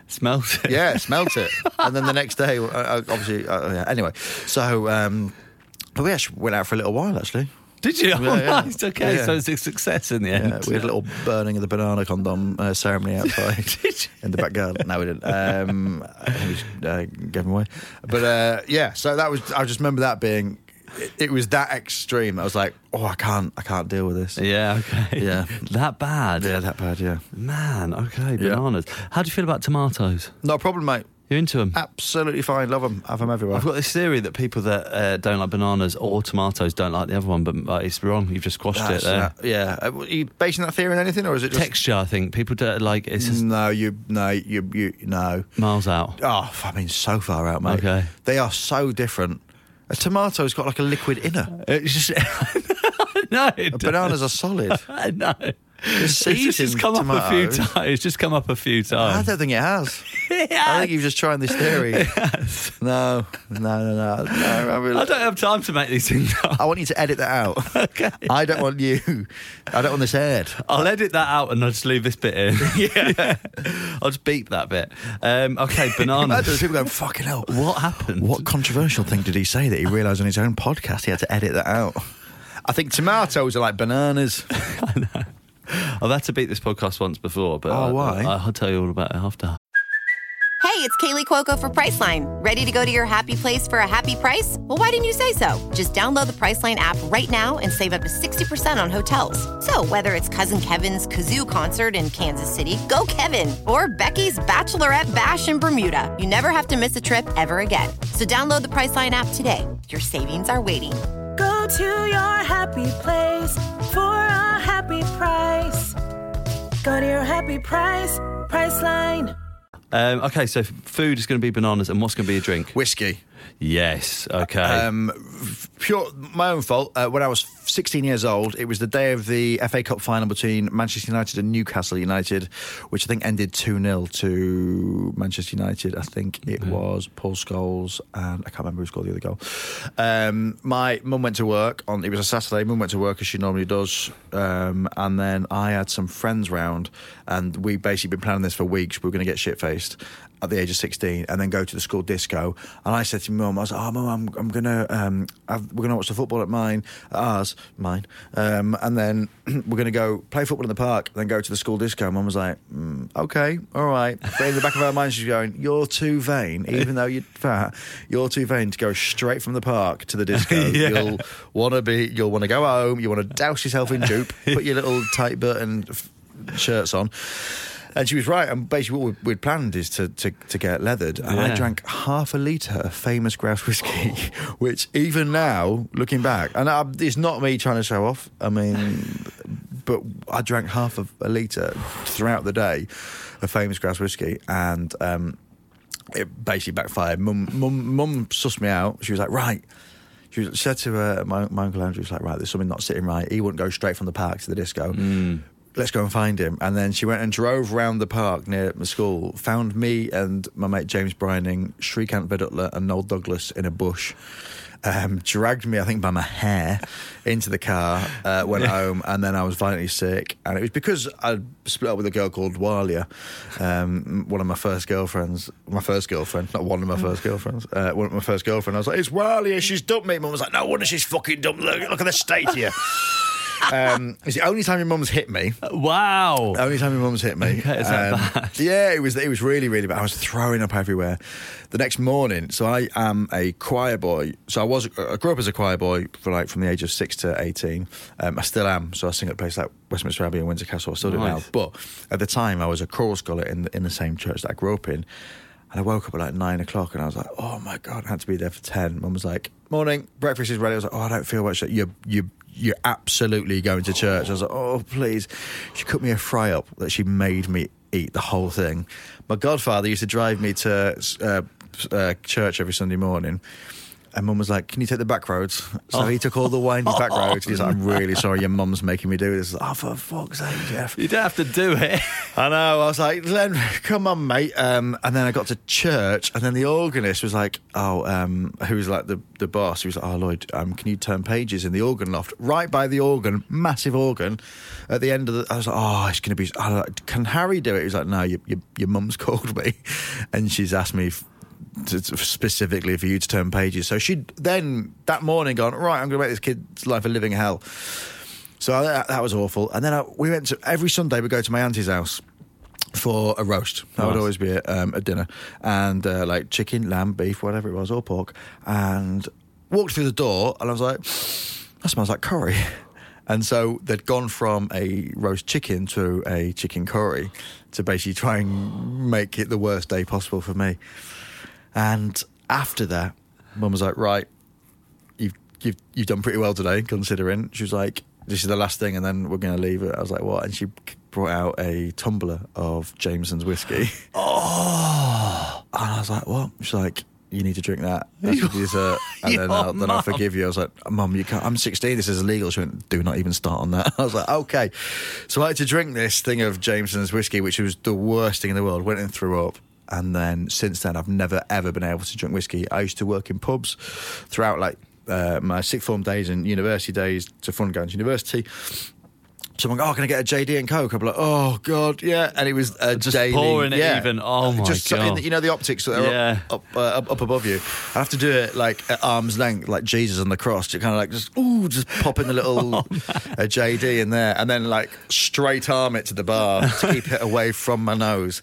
Smells it.
yeah, smelt it. and then the next day, uh, uh, obviously, uh, yeah, anyway. So, um, but we actually went out for a little while, actually.
Did you? Oh,
Yeah, yeah.
nice. Okay.
Yeah.
So it's a success in the end.
Yeah, Uh, we had a little burning of the banana condom uh, ceremony outside in the back garden. No, we didn't. Um, I think we just, uh, gave them away. But uh, yeah, so that was. I just remember that being. It, it was that extreme. I was like, oh, I can't. I can't deal with this.
Yeah. Okay.
Yeah.
that bad.
Yeah, that bad. Yeah,
Man. Okay. Bananas. How do you feel about tomatoes?
no problem, mate.
You into them?
Absolutely fine. Love them. Have them everywhere.
Ah, I've got this theory that people that uh, don't like bananas or tomatoes don't like the other one, but uh, it's wrong. You've just squashed
That's
it there.
that. Yeah. Uh, Are you basing that theory on anything, or is it just
Texture, I think people don't like it's just
No, you. No, you. You. No.
miles out.
Oh, I mean, so far out, mate.
Okay.
They are so different. A tomato's got like a liquid inner.
It's just no. It
Bananas are solid.
I know. It's
Just
just, it's
eating
come up a few
tomatoes.
times. It's just come up a few
I
times.
don't think it has. I think you've just tried this theory. No, no, no, no. no I, really-
I don't have time to make these things up.
I want you to edit that out. Okay. I don't want you. I don't want this aired.
I'll edit that out and I'll just leave this bit in. yeah. I'll just beep that bit. Um, okay,
Imagine
bananas.
people going, fucking hell.
what happened?
What controversial thing did he say that he realised on his own podcast he had to edit that out? I think tomatoes are like bananas.
I've had to beat this podcast once before, but
Oh,
I,
why?
I, will tell you all about it after.
Hey, it's Kaylee Cuoco for Priceline. Ready to go to your happy place for a happy price? Well, why didn't you say so? Just download the Priceline app right now and save up to 60% on hotels. So, whether it's Cousin Kevin's Kazoo concert in Kansas City, go Kevin, or Becky's Bachelorette Bash in Bermuda, you never have to miss a trip ever again. So, download the Priceline app today. Your savings are waiting.
Go to your happy place for a happy price. Go to your happy price, Priceline.
Um, okay, so f- food is going to be bananas, and what's going to be a drink?
Whiskey.
Yes. Okay.
pure my own fault. Uh, when I was 16 years old, it was the day of the FA Cup final between Manchester United and Newcastle United, which I think ended 2 0 to Manchester United. I think it was Paul Scholes and I can't remember who scored the other goal. Um, my mum went to work on it was a Saturday. Mum went to work as she normally does, um, and then I had some friends round, and we basically been planning this for weeks. We were going to get shit faced at the age of 16 and then go to the school disco. And I said to my mum, I was like, oh, mum, I'm, I'm going to, um, I've- we're going to watch the football at mine, at ours, mine. Um, and then we're going to go play football in the park, then go to the school disco. Mum was like, mm, okay, all right. But in the back of our mind, she's going, you're too vain, even though you're fat, you're too vain to go straight from the park to the disco. You'll want to be, you'll want to go home, you want to douse yourself in jupe, put your little tight Burton f- shirts on. And she was right. And basically, what we'd- we'd planned is to, to, to get leathered. And I
Yeah.
drank half a litre of famous grouse whiskey, which even now, looking back, and I, it's not me trying to show off. I mean, but I drank half of a litre throughout the day of famous grouse whiskey. And, um, it basically backfired. Mum, mum, mum sussed me out. She was like, right. She, was, she said to uh, my, my uncle Andrew, she was like, right, there's something not sitting right. He wouldn't go straight from the park to the disco. Let's go and find him. And then she went and drove round the park near the school, found me and my mate James Brining, Shrikant Vidutla, and Noel Douglas in a bush. Um, dragged me, I think, by my hair into the car, uh, went home, and then I was violently sick. And it was because I split up with a girl called Walia, um, one of my first girlfriends, my first girlfriend, not one of my first girlfriends, uh, one of my first girlfriend. I was like, it's Walia, she's dumped me. Mum was like, no wonder she's fucking dumped. Look, look at the state here. um, it's the only time your mum's hit me.
wow.
The only time my mum's hit me.
is that
Um, Yeah, it was. It was really, really bad. I was throwing up everywhere. The next morning, so I am a choir boy. So I was. I grew up as a choir boy for like from the age of six to eighteen. Um, I still am. So I sing at places like Westminster Abbey and Windsor Castle. I still do now.
Nice.
But at the time, I was a choral scholar in the, in the same church that I grew up in. And I woke up at like nine o'clock and I was like, oh my God, I had to be there for 10. Mum was like, morning, breakfast is ready. I was like, oh, I don't feel well. She's like, you're, you you're absolutely going to church. I was like, oh, please. She cooked me a fry up that she made me eat the whole thing. My godfather used to drive me to uh, uh, church every Sunday morning. And mum was like, Can you take the back roads? So he took all the windy back roads. He's like, I'm really sorry, your mum's making me do this. I was like, oh, for fuck's sake, Jeff.
You don't have to do it.
I know. I was like, Glenn, come on, mate. Um, and then I got to church, and then the organist was like, oh, um, who was like the, the boss? He was like, oh, Lloyd, um, can you turn pages in the organ loft? Right by the organ, massive organ. At the end of the, I was like, oh, it's going to be, I was like, can Harry do it? He was like, no, your, your, your mum's called me, and she's asked me. if- to, to- specifically for you to turn pages. So she then that morning gone right. I'm going to make this kid's life a living hell. So that, that was awful. And then I, we went to every Sunday we go to my auntie's house for a roast. That would
Nice.
always be at, um, a dinner and uh, like chicken, lamb, beef, whatever it was, or pork. And walked through the door and I was like, that smells like curry. And so they'd gone from a roast chicken to a chicken curry to basically try and make it the worst day possible for me. And after that, mum was like, right, you've, you've, you've done pretty well today, considering. She was like, this is the last thing, and then we're going to leave it. I was like, what? And she brought out a tumbler of Jameson's whiskey. Oh. And I was like, what? She's like, you need to drink that. That's your dessert. And
Your
then, I'll, then I'll
mum.
forgive you. I was like, Mum, you can't. I'm 16. This is illegal. She went, Do not even start on that. I was like, Okay. So I had to drink this thing of Jameson's whiskey, which was the worst thing in the world. Went and threw up. And then since then, I've never ever been able to drink whiskey. I used to work in pubs throughout like uh, my sixth form days and university days to fun going to university. Someone, go, oh, can I get a JD and Coke? I'm like, oh god, yeah. And it was a
Just
daily,
pouring it
yeah.
even. Oh, my
just, so-
God.
you know the optics that are
Yeah.
up, up, uh, up, up above you. I have to do it like at arm's length, like Jesus on the cross. You kind of like just ooh, just pop in the little
Oh,
uh, JD in there, and then like straight arm it to the bar to keep it away from my nose.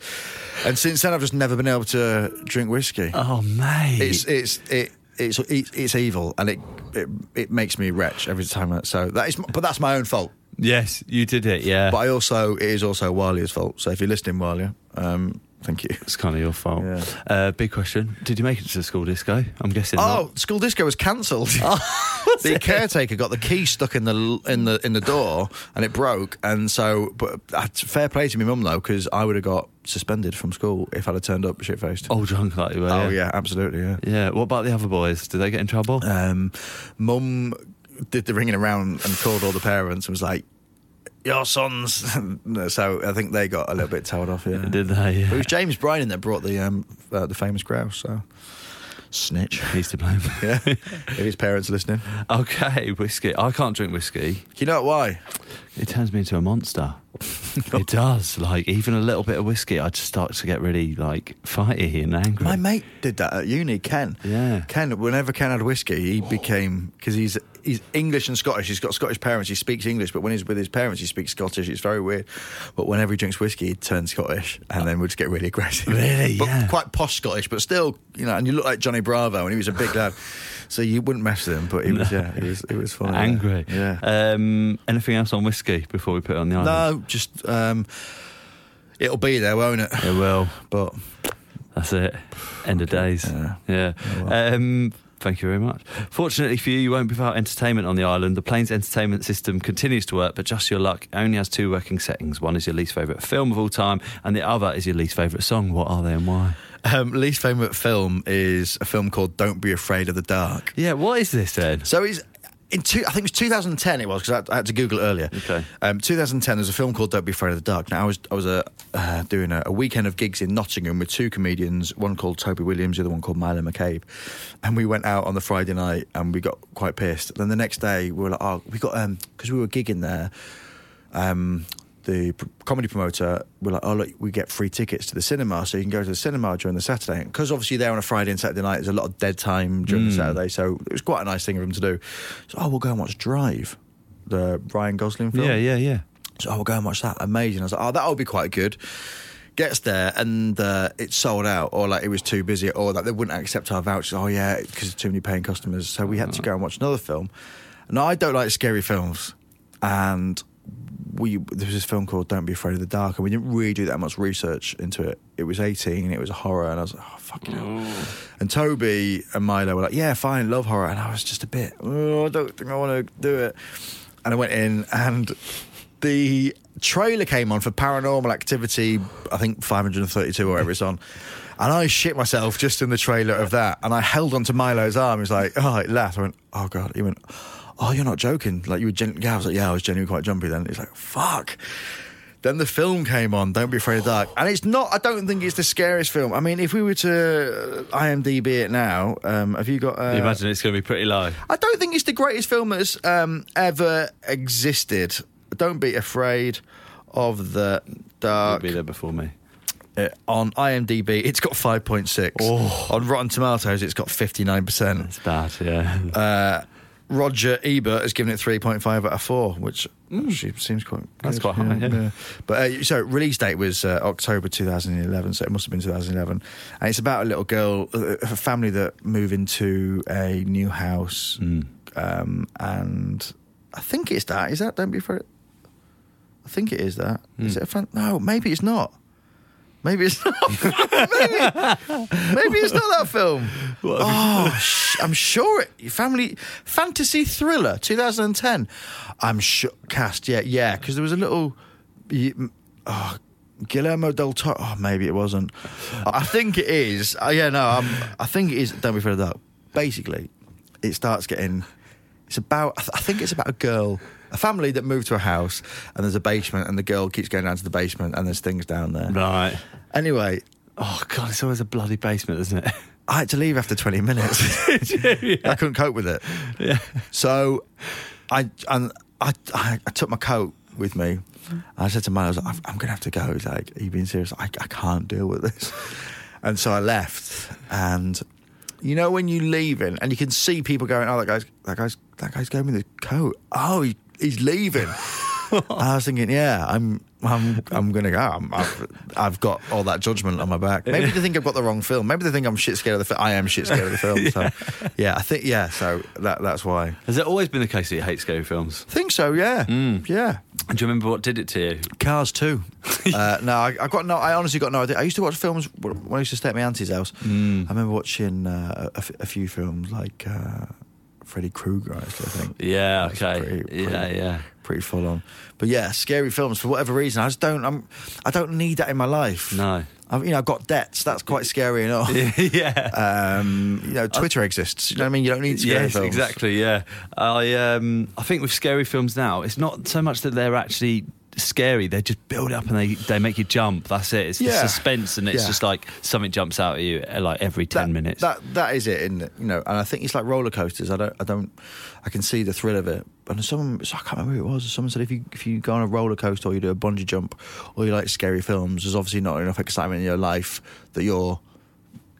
And since then, I've just never been able to drink whiskey.
Oh, mate.
It's it's it. It's, it- it's evil and it, it it makes me wretch every time. I- So that is, but that's my own fault.
yes, you did it. Yeah.
But I also, it is also Walia's fault. So if you're listening, Walia, um,
Thank you.
It's kind of your fault.
Yeah.
Uh, big question. Did you make it to the school disco? I'm guessing.
Oh, school disco was cancelled.
Oh,
the caretaker got the key stuck in the l- in the in the door, and it broke. And so, but uh, fair play to my mum though, because I would have got suspended from school if I'd have turned up shit faced.
not. Oh, drunk like you were.
Oh yeah, absolutely. Yeah.
Yeah. What about the other boys? Did they get in trouble?
Um, mum did the ringing around and called all the parents and was like, "Your sons." so I think they got a little bit told off. Yeah.
Did they?
But it
Yeah.
was James Bryan that brought the um, uh, the famous grouse. So snitch.
He's to blame.
Yeah. if his parents are listening,
okay, whiskey. I can't drink whiskey.
you know why?
It turns me into a monster. it does. Like even a little bit of whiskey, I just start to get really like fighty and angry.
My mate did that at uni, Ken.
Yeah.
Ken, whenever Ken had whiskey, he became because he's he's English and Scottish. He's got Scottish parents. He speaks English, but when he's with his parents, he speaks Scottish. It's very weird. But whenever he drinks whiskey, he turns Scottish, and then we just get really aggressive.
Really?
but
Yeah.
quite posh Scottish, but still, you know. And you look like Johnny Bravo, and he was a big lad, so you wouldn't mess with him. But he was, yeah, he was, it was funny.
angry.
yeah.
Um, anything else on whiskey before we put it on the island?
no, just um, it'll be there, won't it?
It will.
But
That's it. End of days. Yeah. Um, thank you very much. Fortunately for you, you won't be without entertainment on the island. The plane's entertainment system continues to work, but just your luck it only has two working settings. One is your least favourite film of all time, and the other is your least favourite song. What are they and why?
um, least favourite film is a film called Don't Be Afraid of the Dark.
Yeah, what is this then?
So he's in two. I think it was 2010. It was because I, had- I had to Google it earlier.
Okay.
Um, 2010. There's a film called Don't Be Afraid of the Dark. Now I was I was uh, uh, doing a, a weekend of gigs in Nottingham with two comedians. One called Toby Williams, the other one called Milo McCabe. And we went out on the Friday night and we got quite pissed. Then the next day we were like, oh, we got um because we were gigging there. Um, the pr- comedy promoter were like, oh, look, we get free tickets to the cinema, so you can go to the cinema during the Saturday. Because obviously, there on a Friday and Saturday night, there's a lot of dead time during
Hmm.
the Saturday, so it was quite a nice thing for him to do. So, oh, we'll go and watch Drive, the Ryan Gosling film.
Yeah, yeah, yeah.
So I will go and watch that. Amazing. I was like, oh, that'll be quite good. Gets there and uh, it's sold out, or like it was too busy, or like they wouldn't accept our vouchers. Oh yeah, because too many paying customers. So we had
Uh-huh.
to go and watch another film. Now I don't like scary films, and we there was this film called Don't Be Afraid of the Dark, and we didn't really do that much research into it. It was 18, it was a horror, and I was like, oh fucking hell. And Toby and Milo were like, yeah, fine, love horror, and I was just a bit, oh, I don't think I want to do it. And I went in and the trailer came on for Paranormal Activity, I think 532 or whatever it's on. And I shit myself just in the trailer of that. And I held onto Milo's arm. He was like, oh, it laughed. I went, oh, God. He went, oh, you're not joking. Like, you were, gen-. yeah, I was like, yeah, I was genuinely quite jumpy then. He's like, fuck. Then the film came on, Don't Be Afraid of the Dark. And it's not, I don't think it's the scariest film. I mean, if we were to uh, IMDb it now, um, have you got. Uh,
You imagine it's going to be pretty low.
I don't think it's the greatest film that's um, ever existed. Don't be afraid of the
It'll
dark.
be there before me.
Uh, on IMDb, it's got 5.6.
Oh.
On Rotten Tomatoes, it's got 59%.
It's bad, yeah.
Roger Ebert has given it 3.5 out of 4, which actually seems quite
Mm. That's
good.
quite high, yeah.
But uh, so release date was uh, October 2011, so it must have been 2011. And it's about a little girl, uh, a family that move into a new house.
Mm.
Um, and I think it's that. Is that Don't Be Afraid? I think it is that. Is
Hmm.
it a fan? No, maybe it's not. Maybe it's not. maybe, maybe it's not that film. Oh, sh- I'm sure it. Family fantasy thriller, 2010. I'm sure cast. Yeah, yeah, because there was a little. y- m- Oh, Guillermo del Toro. Oh, maybe it wasn't. I think it is. Uh, yeah, no, I'm, I think it is. Don't be afraid of that. Basically, it starts getting. It's about. I th- I think it's about a girl, a family that moved to a house, and there's a basement, and the girl keeps going down to the basement, and there's things down there.
Right.
Anyway,
Oh, God, it's always a bloody basement, isn't it?
I had to leave after 20 minutes. I couldn't cope with it.
Yeah.
So I and I, I, I took my coat with me. I said to Milo, I was like, "I'm- I'm going to have to go. He's like, are you being serious? I, I can't deal with this. And so I left. And you know when you leaving and you can see people going, oh, that guy's, that guy's, that guy's gave me the coat. Oh, he, he's leaving. And I was thinking, yeah, I'm, I'm, I'm gonna go. I'm, I've, I've got all that judgment on my back. Maybe they think I've got the wrong film. Maybe they think I'm shit scared of the film. I am shit scared of the film. So, yeah, I think, yeah. So that, that's why.
Has it always been the case that you hate scary films?
Think so, yeah. Yeah.
Do you remember what did it to you?
Cars too. uh, no, I, I got no. I honestly got no idea. I used to watch films when I used to stay at my auntie's house.
Mm.
I remember watching uh, a, f- a few films like uh, Freddy Krueger. Actually, I think.
Yeah,
That's
okay.
pretty-
yeah,
pretty-
yeah.
Pretty full on. But yeah, scary films for whatever reason. I just don't. I'm. I don't need that in my life.
No.
I've, you know, I've got debts. That's quite scary enough.
yeah.
Um, you know, Twitter exists. You know what I mean? You don't need scary
yes,
films.
exactly. Yeah, I um, I think with scary films now, it's not so much that they're actually scary; they just build up and they they make you jump. That's it. It's
Yeah.
the suspense, and it's
Yeah.
just like something jumps out at you uh, like every ten
that,
minutes.
That that is it, and you know, and I think it's like roller coasters. I don't, I don't, I can see the thrill of it. And someone, so I can't remember who it was. Someone said if you if you go on a roller coaster or you do a bungee jump or you like scary films, there's obviously not enough excitement in your life that you're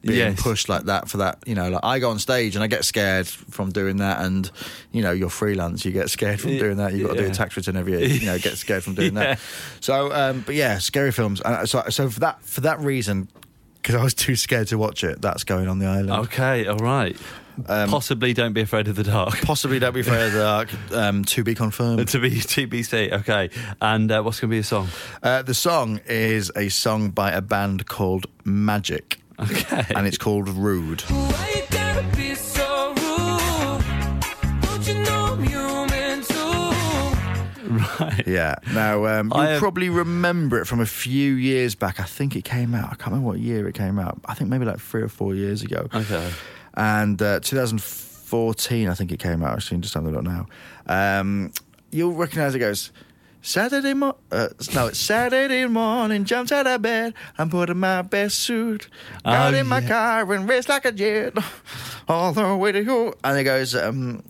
being
Yes.
pushed like that for that. You know, like I go on stage and I get scared from doing that, and you know, you're freelance, you get scared from
Yeah.
doing that. You've got to do
Yeah.
a tax return every year, you know, get scared from doing
Yeah.
that. So, um, but yeah, scary films. Uh, so, so for that for that reason, because I was too scared to watch it, that's going on the island.
okay, all right.
Um,
Possibly, don't be afraid of the dark.
Possibly don't be afraid of the dark. Um, to be confirmed.
to be TBC, okay. And uh, what's going to be a song?
Uh, the song is a song by a band called Magic,
Okay.
and it's called Rude.
Why you gotta be so rude? Don't you know I'm human too?
Yeah. Now um, you
I am-
probably remember it from a few years back. I think it came out. I can't remember what year it came out. I think maybe like three or four years ago.
Okay.
And uh, 2014, I think it came out. Actually, just having a look now. Um, you'll recognise it goes. Saturday mo- uh, no, it's Saturday morning. Jumped out of bed. I'm putting my best suit. Got
Oh,
in my
yeah.
car and raced like a jet, all the way to you. And it goes. Um,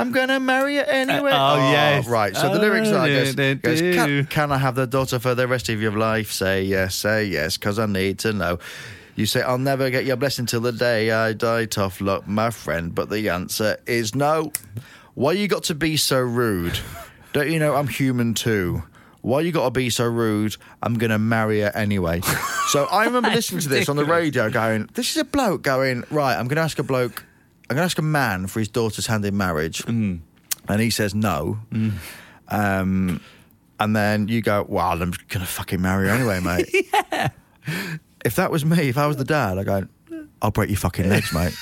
I'm gonna marry you anyway.
oh, yes.
right. So the lyrics
Oh,
are
yeah,
goes,
they
goes,
do.
can, can I have the daughter for the rest of your life? Say yes, say yes, because I need to know. You say, I'll never get your blessing till the day I die, tough luck, my friend. But the answer is no. Why you got to be so rude? Don't you know I'm human too? Why you got to be so rude? I'm going to marry her anyway. So I remember listening to this on the radio going, this is a bloke going, right, I'm going to ask a bloke, I'm going to ask a man for his daughter's hand in marriage. And he says no. Um, and then you go, well, I'm going to fucking marry her anyway, mate. yeah. If that was me, if I was the dad, I'd go, I'll break your fucking legs, mate.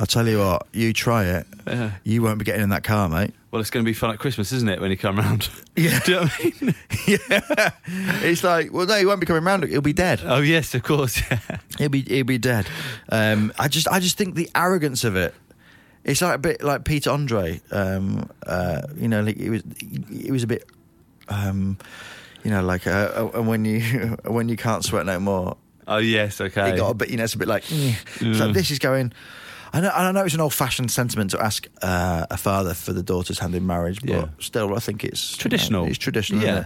I'll tell you what, you try it. You won't be getting in that car, mate.
Well, it's going to be fun at Christmas, isn't it, when you come round?
Yeah.
Do you know what I mean?
yeah. It's like, well, no, he won't be coming round. He'll be dead.
Oh, yes, of course. Yeah.
He'll be he'll be dead. Um, I just I just think the arrogance of it. It's like a bit like Peter Andre. Um, uh, you know, like it was it was a bit. Um, you know, like uh, uh, when you when you can't sweat no more,
Oh, yes, okay.
it got a bit. You know, it's a bit like. eh. It's
Yeah.
like this is going. I know, and I know it's an old-fashioned sentiment to ask uh, a father for the daughter's hand in marriage, but
Yeah.
still, I think it's you know,
Traditional.
it's traditional,
Yeah.
yeah.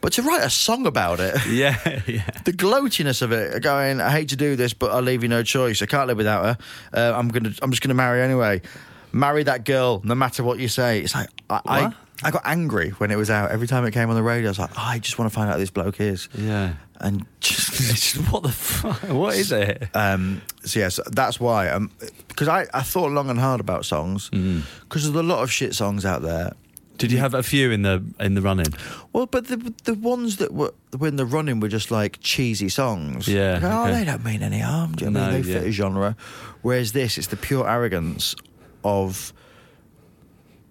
But to write a song about it,
yeah, yeah.
the gloatiness of it, going, I hate to do this, but I'll leave you no choice. I can't live without her. Uh, I'm gonna, I'm just gonna marry anyway. Marry that girl, no matter what you say. It's like I, I,
What?
I got angry when it was out. Every time it came on the radio, I was like, "Oh, I just want to find out who this bloke is.
Yeah.
And just,
What the fuck? What is it?
um, so yes, that's why. Um, because I, I thought long and hard about songs because there's a lot of shit songs out there.
Did you have a few in the in the running?
Well, but the the ones that were when the running were just like cheesy songs.
Yeah,
Like, oh,
okay.
they don't mean any harm. Do you know? what I mean?
No,
They fit
yeah.
a genre. Whereas this, it's the pure arrogance of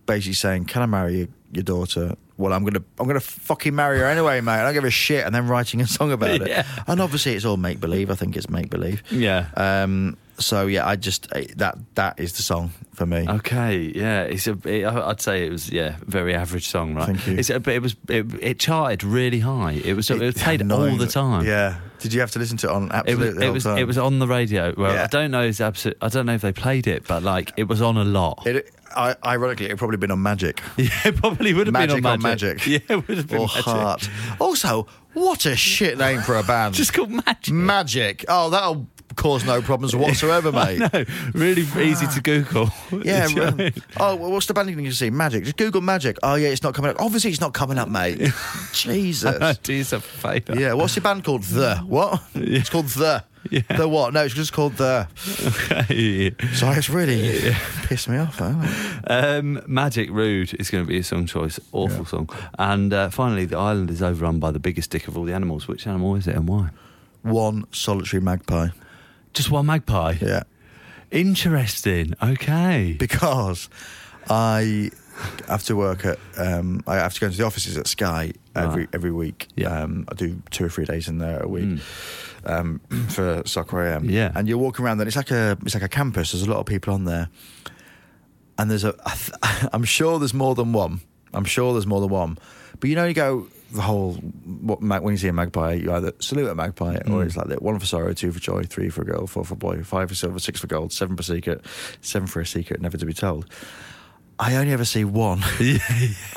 basically saying, "Can I marry your, your daughter?" Well, I'm gonna I'm gonna fucking marry her anyway, mate. I don't give a shit. And then writing a song about
Yeah.
it. And obviously, it's all make believe. I think it's make believe.
Yeah.
Um. So yeah, I just I- that that is the song for me.
Okay, yeah, it's a. It, I- I'd say it was yeah, very average song, right?
Thank you.
It's a, but it was it, it charted really high. It was it, was played all
annoying.
the time.
Yeah. Did you have to listen to it on
It
absolutely
was
the
it
whole
was
time?
it was on the radio. Well,
Yeah.
I don't know. It's absolute. I don't know if they played it, but like it was on a lot.
It, I, ironically, it'd probably been on Magic.
yeah, it probably would have
Magic
been on
on
magic.
Magic.
Yeah, it would have been
or
magic.
Heart. Also, what a shit name for a band.
Just called magic.
Magic. Oh, that'll cause no problems whatsoever, mate.
No, really easy to Google.
Yeah.
Do you know what I
right.
mean?
Oh, well, what's the band name you can see? Magic. Just Google Magic. Oh, yeah, it's not coming up. Obviously, it's not coming up, mate. Jesus.
Do yourself a favour.
Yeah. What's the band called? The what? It's called the.
Yeah.
The what? No, it's just called the.
Okay.
Sorry, it's really pissed me off. Though,
Um, Magic Rude is going to be a song choice. Awful song. And uh, finally, the island is overrun by the biggest dick of all the animals. Which animal is it and why?
One solitary magpie.
Just one magpie.
Yeah.
Interesting. Okay.
because I have to work at um, I have to go into the offices at Sky every
Right.
every week.
Yeah. Hmm.
Um, I do two or three days in there a week um, for Soccer AM.
Yeah.
and you're walking around, and it's like a it's like a campus. There's a lot of people on there, and there's a I th- I'm sure there's more than one. I'm sure there's more than one, but you know you go. The whole what, mag- when you see a magpie, you either salute a magpie,
Mm.
or it's like that: one for sorrow, two for joy, three for gold, four for boy, five for silver, six for gold, seven for secret, seven for a secret never to be told. I only ever see one,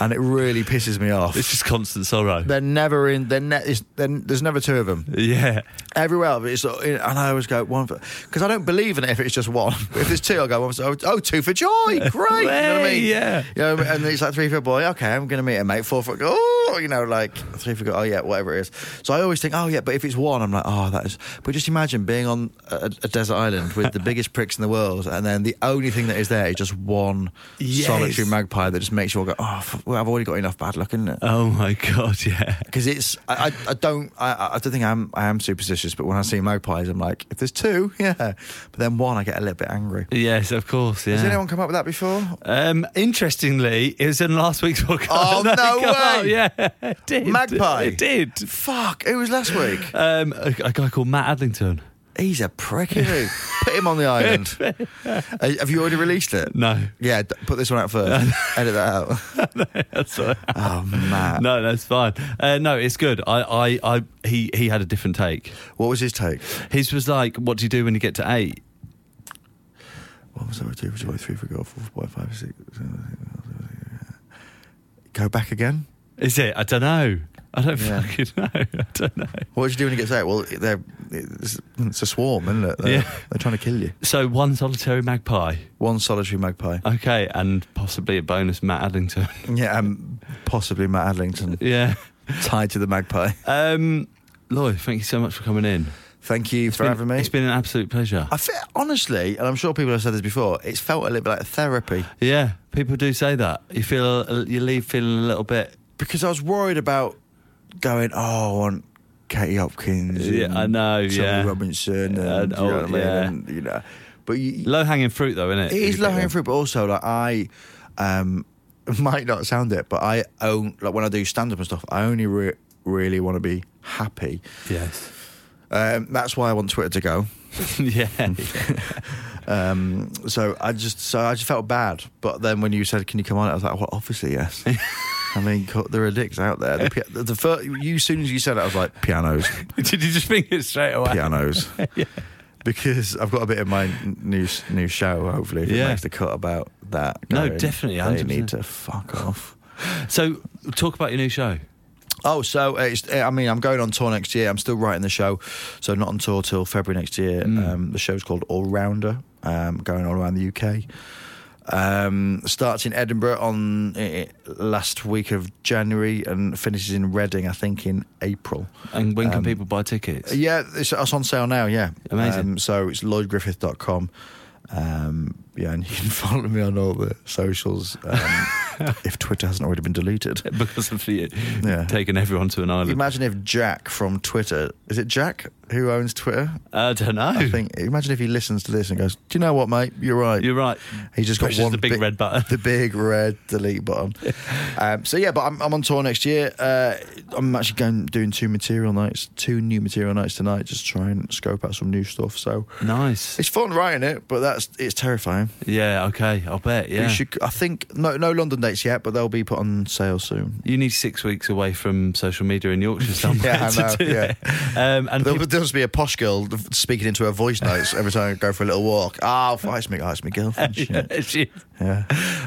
and it really pisses me off.
It's just constant sorrow.
They're never in. They're ne- it's, they're, there's never two of them
Yeah.
everywhere. else, It's and I always go one for because I don't believe in it if it's just one. If there's two, I'll go one for oh, oh two for joy. Great, you know what I
Hey,
mean?
yeah.
You know, and it's like three for boy. Okay, I'm gonna meet a mate. Four for oh, you know, like three for oh yeah, whatever it is. So I always think oh yeah, but if it's one, I'm like oh that is. But just imagine being on a, a desert island with the biggest pricks in the world, and then the only thing that is there is just one
Yes.
solitary magpie that just makes you all go oh f- well, I've already got enough bad luck, isn't it?
Oh my god. Yeah.
because it's I, I, I don't I, I don't think I'm I am superstitious, but when I see magpies, I'm like, if there's two, yeah, but then one, I get a little bit angry.
Yes, of course. Yeah.
Has anyone come up with that before?
Um, interestingly, it was in last week's podcast.
Oh,
It
no
came out,
way.
Yeah, it did.
Magpie.
It did.
Fuck, who was last week?
Um, a, a guy called Matt Adlington.
He's a prick, isn't he? Put him on the island. Uh, have you already released it?
No.
Yeah, d- put this one out first. Edit that out.
That's all right.
Oh man,
No, that's fine. Uh, no, it's good. I, I, I, he, he had a different take.
what was his take?
His was like, "What do you do when you get to eight?
One was over two for joy, three for girl, four for boy, five, six. seven, eight, nine, ten. Go back again.
Is it? I don't know. I don't
Yeah.
fucking know. I don't know.
What do you do when it gets out? Well, they're, it's, it's a swarm, isn't it? They're,
Yeah.
they're trying to kill you.
So one solitary magpie.
One solitary magpie.
Okay, and possibly a bonus Matt Adlington.
Yeah, um, possibly Matt Adlington
yeah.
tied to the magpie.
Um, Lloyd, thank you so much for coming in.
Thank you for
Been-
having me.
It's been an absolute pleasure.
I feel, honestly, and I'm sure people have said this before, it's felt a little bit like therapy
Yeah, people do say that. You feel you leave feeling a little bit.
because I was worried about going, oh, I want Katie Hopkins.
Yeah,
and
I know,
Tommy
yeah.
Robinson. And,
And,
you know
oh,
what I mean?
yeah.
And, you know, but you,
Low hanging fruit, though, isn't it?
It is low hanging fruit, but also like I um, might not sound it, but I own like when I do stand up and stuff, I only re- really want to be happy.
Yes.
Um, that's why I want Twitter to go.
yeah.
Um, so I just so I just felt bad, but then when you said, "Can you come on?" I was like, "Well, obviously yes." I mean, co- there are dicks out there. The, pia- the, the first, you as soon as you said it, I was like, "Pianos,
Did you just think it straight away?
pianos," because I've got a bit in my n- new s- new show. Hopefully, if
Yeah.
it makes the cut about that.
No,
going,
definitely,
They
100%.
need to fuck off.
So, talk about your new show.
Oh, so uh, it's, uh, I mean, I'm going on tour next year. I'm still writing the show, so not on tour till February next year. Um, the show's called All Rounder, um, going all around the UK. Um, starts in Edinburgh on uh, last week of January and finishes in Reading, I think, in April.
And when can people buy tickets?
Um, Yeah, it's, it's on sale now. Yeah,
Amazing.
Um, so it's lloydgriffith.com. Um, yeah, and you can follow me on all the socials um, if Twitter hasn't already been deleted.
Because of you
Yeah.
taking everyone to an island.
Imagine if Jack from Twitter, is it Jack who owns Twitter?
I don't know.
I think. Imagine if he listens to this and goes, "Do you know what, mate? You're right.
You're right.
He just got
Pushes
one
the big
bi-
red button.
the big red delete button. um, so yeah, but I'm, I'm on tour next year. Uh, I'm actually going doing two material nights, two new material nights tonight, just try and scope out some new stuff. So
Nice.
it's fun writing it, but that's it's terrifying. know.
Yeah, okay, I'll bet. Yeah.
You should, I think no no London dates yet, but they'll be put on sale soon.
You need six weeks away from social media in Yorkshire somewhere
Yeah, I
to
know,
do
yeah.
that. Um, and
There'll,
people-
there'll just be a posh girl speaking into her voice notes every time I go for a little walk. Oh, f- it's me, oh, it's my girlfriend.
yeah,
shit.
she-
Yeah.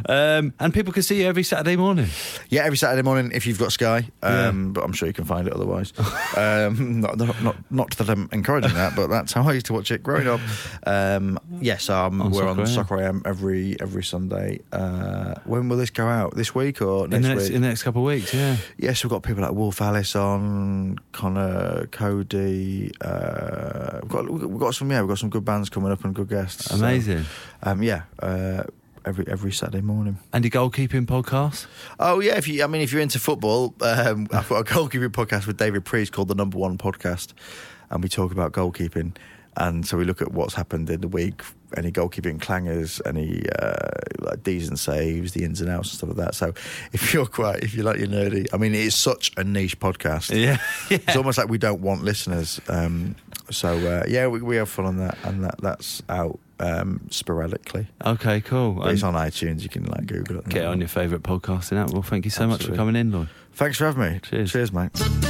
Um, and people can see you every Saturday morning.
Yeah, every Saturday morning if you've got Sky, um, but I'm sure you can find it otherwise. um, not, not, not, not that I'm encouraging that, but that's how I used to watch it growing up. Um, yes, um,
On
we're
Soccer
on
AM.
Soccer AM every every Sunday. Uh, when will this go out? This week or
in
next
the next,
week?
in the next couple of weeks, yeah.
yes, we've got people like Wolf Alice on, Connor, Cody. Uh, we've got we've got some yeah, we've got some good bands coming up and good guests. so,
Amazing.
um, yeah, uh, every every Saturday morning.
And your goalkeeping podcast?
Oh yeah, if you, I mean, if you're into football, um, I've got a goalkeeping podcast with David Priest called the Number One Podcast, and we talk about goalkeeping, and so we look at what's happened in the week, any goalkeeping clangers, any uh, like decent saves, the ins and outs and stuff like that. So if you're quite, if you like your nerdy, I mean, it is such a niche podcast.
Yeah.
It's almost like we don't want listeners. Um, so uh, yeah, we, we have fun on that, and that that's out um, sporadically.
Okay, cool.
But it's
And
on iTunes. You can like Google it.
Get on your favourite podcasting app. Well, thank you so much for
Absolutely.
coming in, Lloyd.
Thanks for having me.
Cheers.
Cheers, mate.
The